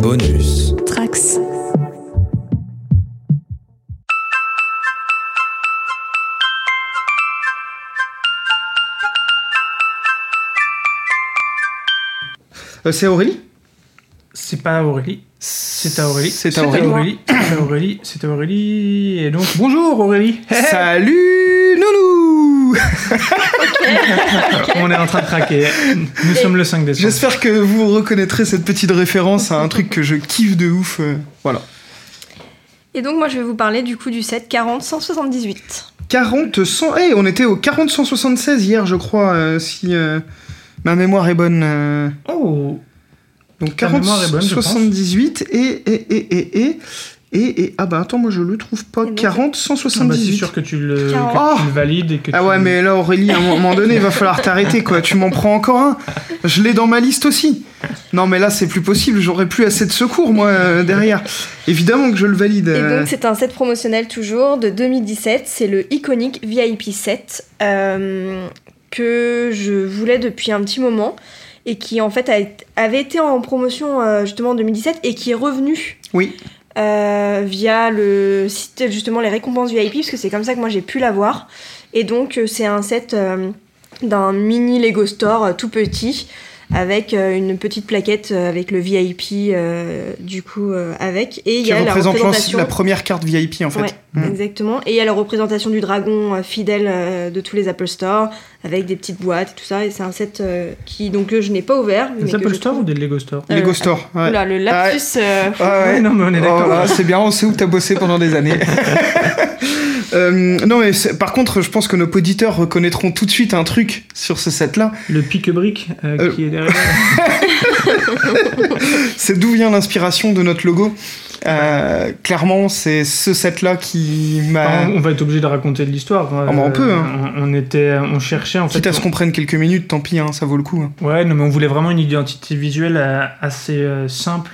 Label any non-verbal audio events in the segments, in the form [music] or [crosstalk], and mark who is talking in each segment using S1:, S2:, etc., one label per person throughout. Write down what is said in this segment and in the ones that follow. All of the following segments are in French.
S1: Bonus.
S2: Trax.
S3: Euh, c'est Aurélie
S4: C'est pas Aurélie. C'est à Aurélie.
S3: C'est à Aurélie.
S4: C'est à Aurélie. C'est à Aurélie. Et donc, bonjour [laughs] Aurélie.
S3: Salut Nounou
S4: On est en train de craquer. Nous sommes le 5 décembre.
S3: [laughs] J'espère que vous reconnaîtrez cette petite référence à un truc que je kiffe de ouf. euh, Voilà.
S2: Et donc moi je vais vous parler du coup du 7 40 178.
S3: 40 100. Hey, eh, on était au 40 176 hier, je crois, euh, si euh, ma mémoire est bonne. euh.
S4: Oh,
S3: donc
S4: Ta
S3: 40
S4: mémoire est bonne, je pense.
S3: 78 et et et et et et et- ah bah attends, moi je le trouve pas.
S2: Et donc-
S3: 40
S4: ah bah, c'est
S3: 178.
S4: sûr que tu le,
S2: Quarante.
S4: que tu le valides et que
S3: Ah
S4: tu-
S3: ouais, mais là Aurélie, à un moment donné, il va falloir t'arrêter quoi. Tu m'en prends encore un. Je l'ai dans ma liste aussi. Non, mais là c'est plus possible. J'aurais plus assez de secours moi euh, derrière. Évidemment que je le valide.
S2: Et
S3: euh.
S2: donc c'est un set promotionnel toujours de 2017, c'est le iconique VIP 7 euh, que je voulais depuis un petit moment et qui en fait a été- avait été en promotion euh, justement en 2017 et qui est revenu
S3: Oui.
S2: euh, via le site justement les récompenses VIP parce que c'est comme ça que moi j'ai pu l'avoir et donc euh, c'est un set euh, d'un mini Lego store euh, tout petit avec euh, une petite plaquette euh, avec le VIP euh, du coup euh, avec et il y
S3: Qui
S2: a la
S3: représente
S2: représentation
S3: la première carte VIP en fait.
S2: Ouais,
S3: Mm.
S2: exactement. Et il y a la représentation du dragon euh, fidèle euh, de tous les Apple Store, avec des petites boîtes et tout ça. Et c'est un set euh, qui, donc, que je n'ai pas ouvert. mais
S4: Des
S2: que
S4: Apple
S2: je
S4: Store
S2: trouve-
S4: ou des Lego Store
S2: Euh,
S3: Lego Store. ouais.
S2: Oula, le lapsus. euh,
S3: Ah ouais.
S4: Ouais, non, mais on est
S3: Oh
S4: d'accord.
S3: là, c'est bien, on sait où t'as bossé pendant des années. [laughs] Euh, non mais c'est- par contre, je pense que nos auditeurs reconnaîtront tout de suite un truc sur ce set-là.
S4: Le pique-brique euh,
S3: Euh.
S4: qui est derrière.
S3: C'est d'où vient l'inspiration de notre logo. Euh, clairement, c'est ce set-là qui m'a.
S4: Enfin, on va être obligé de raconter de l'histoire. Euh,
S3: Ah, bah, on peut, hein.
S4: On, on était, on cherchait en fait.
S3: Quitte à ce qu'on prenne quelques minutes, tant pis, hein, ça vaut le coup. hein.
S4: Ouais, non, mais on voulait vraiment une identité visuelle euh, assez euh, simple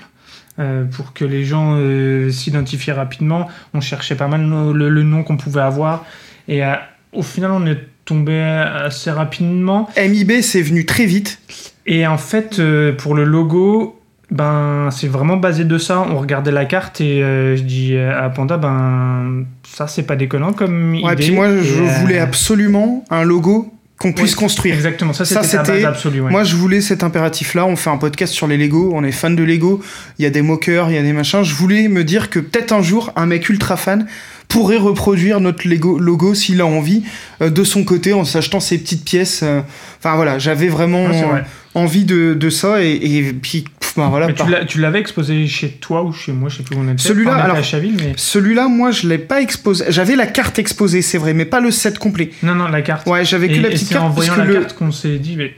S4: euh, pour que les gens euh, s'identifient rapidement. On cherchait pas mal nos- le, le nom qu'on pouvait avoir. Et euh, au final, on est tombé assez rapidement.
S3: MIB, c'est venu très vite.
S4: Et en fait, euh, pour le logo, ben, c'est vraiment basé de ça. On regardait la carte et euh, je dis euh, à Panda, ben, ça, c'est pas déconnant comme
S3: Ouais,
S4: idée.
S3: puis moi,
S4: Et,
S3: je
S4: euh,
S3: voulais absolument un logo qu'on puisse
S4: oui,
S3: construire.
S4: Exactement, ça,
S3: Ça,
S4: c'était la
S3: c'était-
S4: base absolue. ouais.
S3: Moi, je voulais cet impératif-là. On fait un podcast sur les Lego, on est fan de Lego. Il y a des moqueurs, il y a des machins. Je voulais me dire que peut-être un jour, un mec ultra fan pourrait reproduire notre Lego logo s'il a envie euh, de son côté en s'achetant ses petites pièces. euh. Enfin voilà, j'avais vraiment
S4: Ouais, Ah, c'est vrai.
S3: euh, envie de, de ça et, et puis pff, bah, voilà.
S4: Mais tu
S3: par-
S4: l'as- tu l'avais exposé chez toi ou chez moi, je sais plus où on était.
S3: Celui-là,
S4: Enfin, on était
S3: alors-
S4: à Chaville, mais
S3: Celui-là, moi, je l'ai pas exposé. J'avais la carte exposée, c'est vrai, mais pas le set complet.
S4: non, non, la carte.
S3: Ouais, j'avais que
S4: Et-
S3: la
S4: et
S3: petite
S4: c'est en
S3: carte parce
S4: voyant
S3: que
S4: la
S3: le,
S4: carte qu'on s'est dit, mais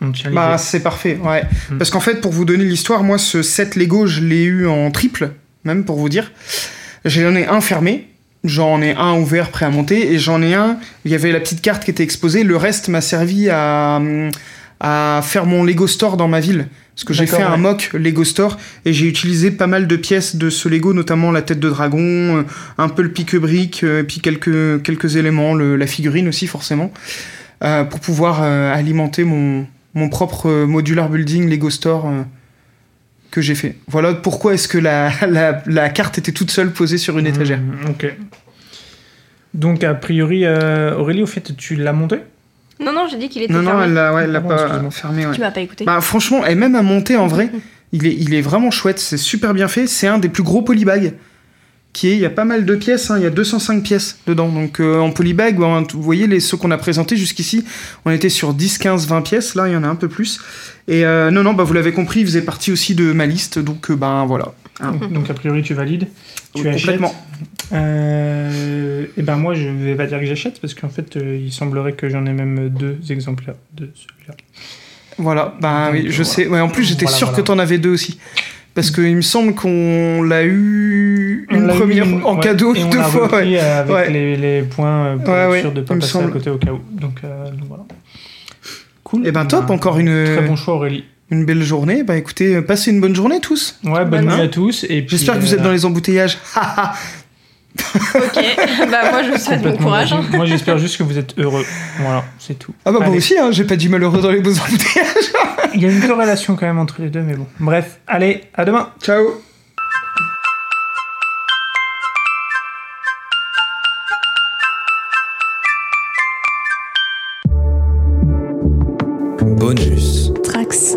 S4: on tient l'idée.
S3: Bah, c'est parfait, ouais.
S4: Mm.
S3: Parce qu'en fait, pour vous donner l'histoire, moi, ce set Lego, je l'ai eu en triple, même pour vous dire. J'en ai un fermé, j'en ai un ouvert, prêt à monter, et j'en ai un, il y avait la petite carte qui était exposée, le reste m'a servi à, hum, à faire mon Lego Store dans ma ville. Parce que j'ai fait
S4: D'accord,
S3: un
S4: ouais.
S3: mock Lego Store et j'ai utilisé pas mal de pièces de ce Lego, notamment la tête de dragon, euh, un peu le pique-brique, euh, et puis quelques, quelques éléments, le- la figurine aussi forcément, euh, pour pouvoir euh, alimenter mon, mon propre euh, modular building Lego Store euh, que j'ai fait. Voilà pourquoi est-ce que la, [laughs] la, la carte était toute seule posée sur une étagère.
S4: Mmh, ok. Donc, a priori, euh, Aurélie, au fait, tu l'as monté
S2: Non, non, j'ai dit qu'il était
S3: Non, non,
S2: fermé.
S3: elle l'a ouais, elle l'a
S4: Pardon,
S3: pas
S4: excuse-moi.
S3: fermée. ouais.
S2: Tu m'as pas écouté.
S3: Bah, franchement, et même à monter en
S4: [laughs]
S3: vrai, il est, il est vraiment chouette, c'est super bien fait. C'est un des plus gros polybags. Qui est, il y a pas mal de pièces, hein, il y a 205 pièces dedans. Donc euh, en polybag, ben, vous voyez les, ceux qu'on a présentés jusqu'ici, on était sur 10, 15, 20 pièces. Là, il y en a un peu plus. Et euh, non, non, bah, vous l'avez compris, il faisait partie aussi de ma liste. Donc euh, ben voilà.
S4: Donc, a priori, tu valides. Tu achètes.
S3: Complètement.
S4: Euh, et ben, moi, je vais pas dire que j'achète parce qu'en fait, euh, il semblerait que j'en ai même deux exemplaires de celui-là.
S3: Voilà, bah
S4: Donc, euh,
S3: oui, je
S4: voilà.
S3: sais. Ouais, en plus, j'étais
S4: Voilà,
S3: sûr
S4: voilà.
S3: que t'en avais deux aussi. Parce qu'il me semble qu'on l'a eu
S4: On
S3: une
S4: l'a eu
S3: première
S4: une-
S3: en
S4: ouais,
S3: cadeau [laughs]
S4: et on
S3: deux
S4: l'a
S3: fois. ouais.
S4: repris, euh, Avec
S3: Ouais.
S4: les, les points euh, pour
S3: Ouais,
S4: être
S3: ouais,
S4: sûr de ne
S3: il
S4: pas
S3: me
S4: passer
S3: semble.
S4: à côté au cas où. Donc, euh, donc voilà. Cool.
S3: Eh ben,
S4: Bah,
S3: top, encore une-
S4: Très bon choix, Aurélie.
S3: Une belle journée. Bah écoutez, passez une bonne journée tous.
S4: Ouais, bonne
S2: Bonne
S4: nuit
S3: nuit.
S4: à tous. et puis,
S3: J'espère que vous
S4: euh,
S3: êtes dans les embouteillages.
S2: ok, [laughs] bah moi je vous souhaite bon
S4: complètement
S2: courage.
S4: déçus. [laughs] Moi, j'espère juste que vous êtes heureux. Voilà, c'est tout.
S3: Ah bah moi
S4: Allez.
S3: aussi, hein, j'ai pas dit malheureux dans les beaux embouteillages.
S4: il y a une corrélation quand même entre les deux, mais bon. Bref, allez, à demain.
S3: Ciao
S1: Bonus.
S5: Trax.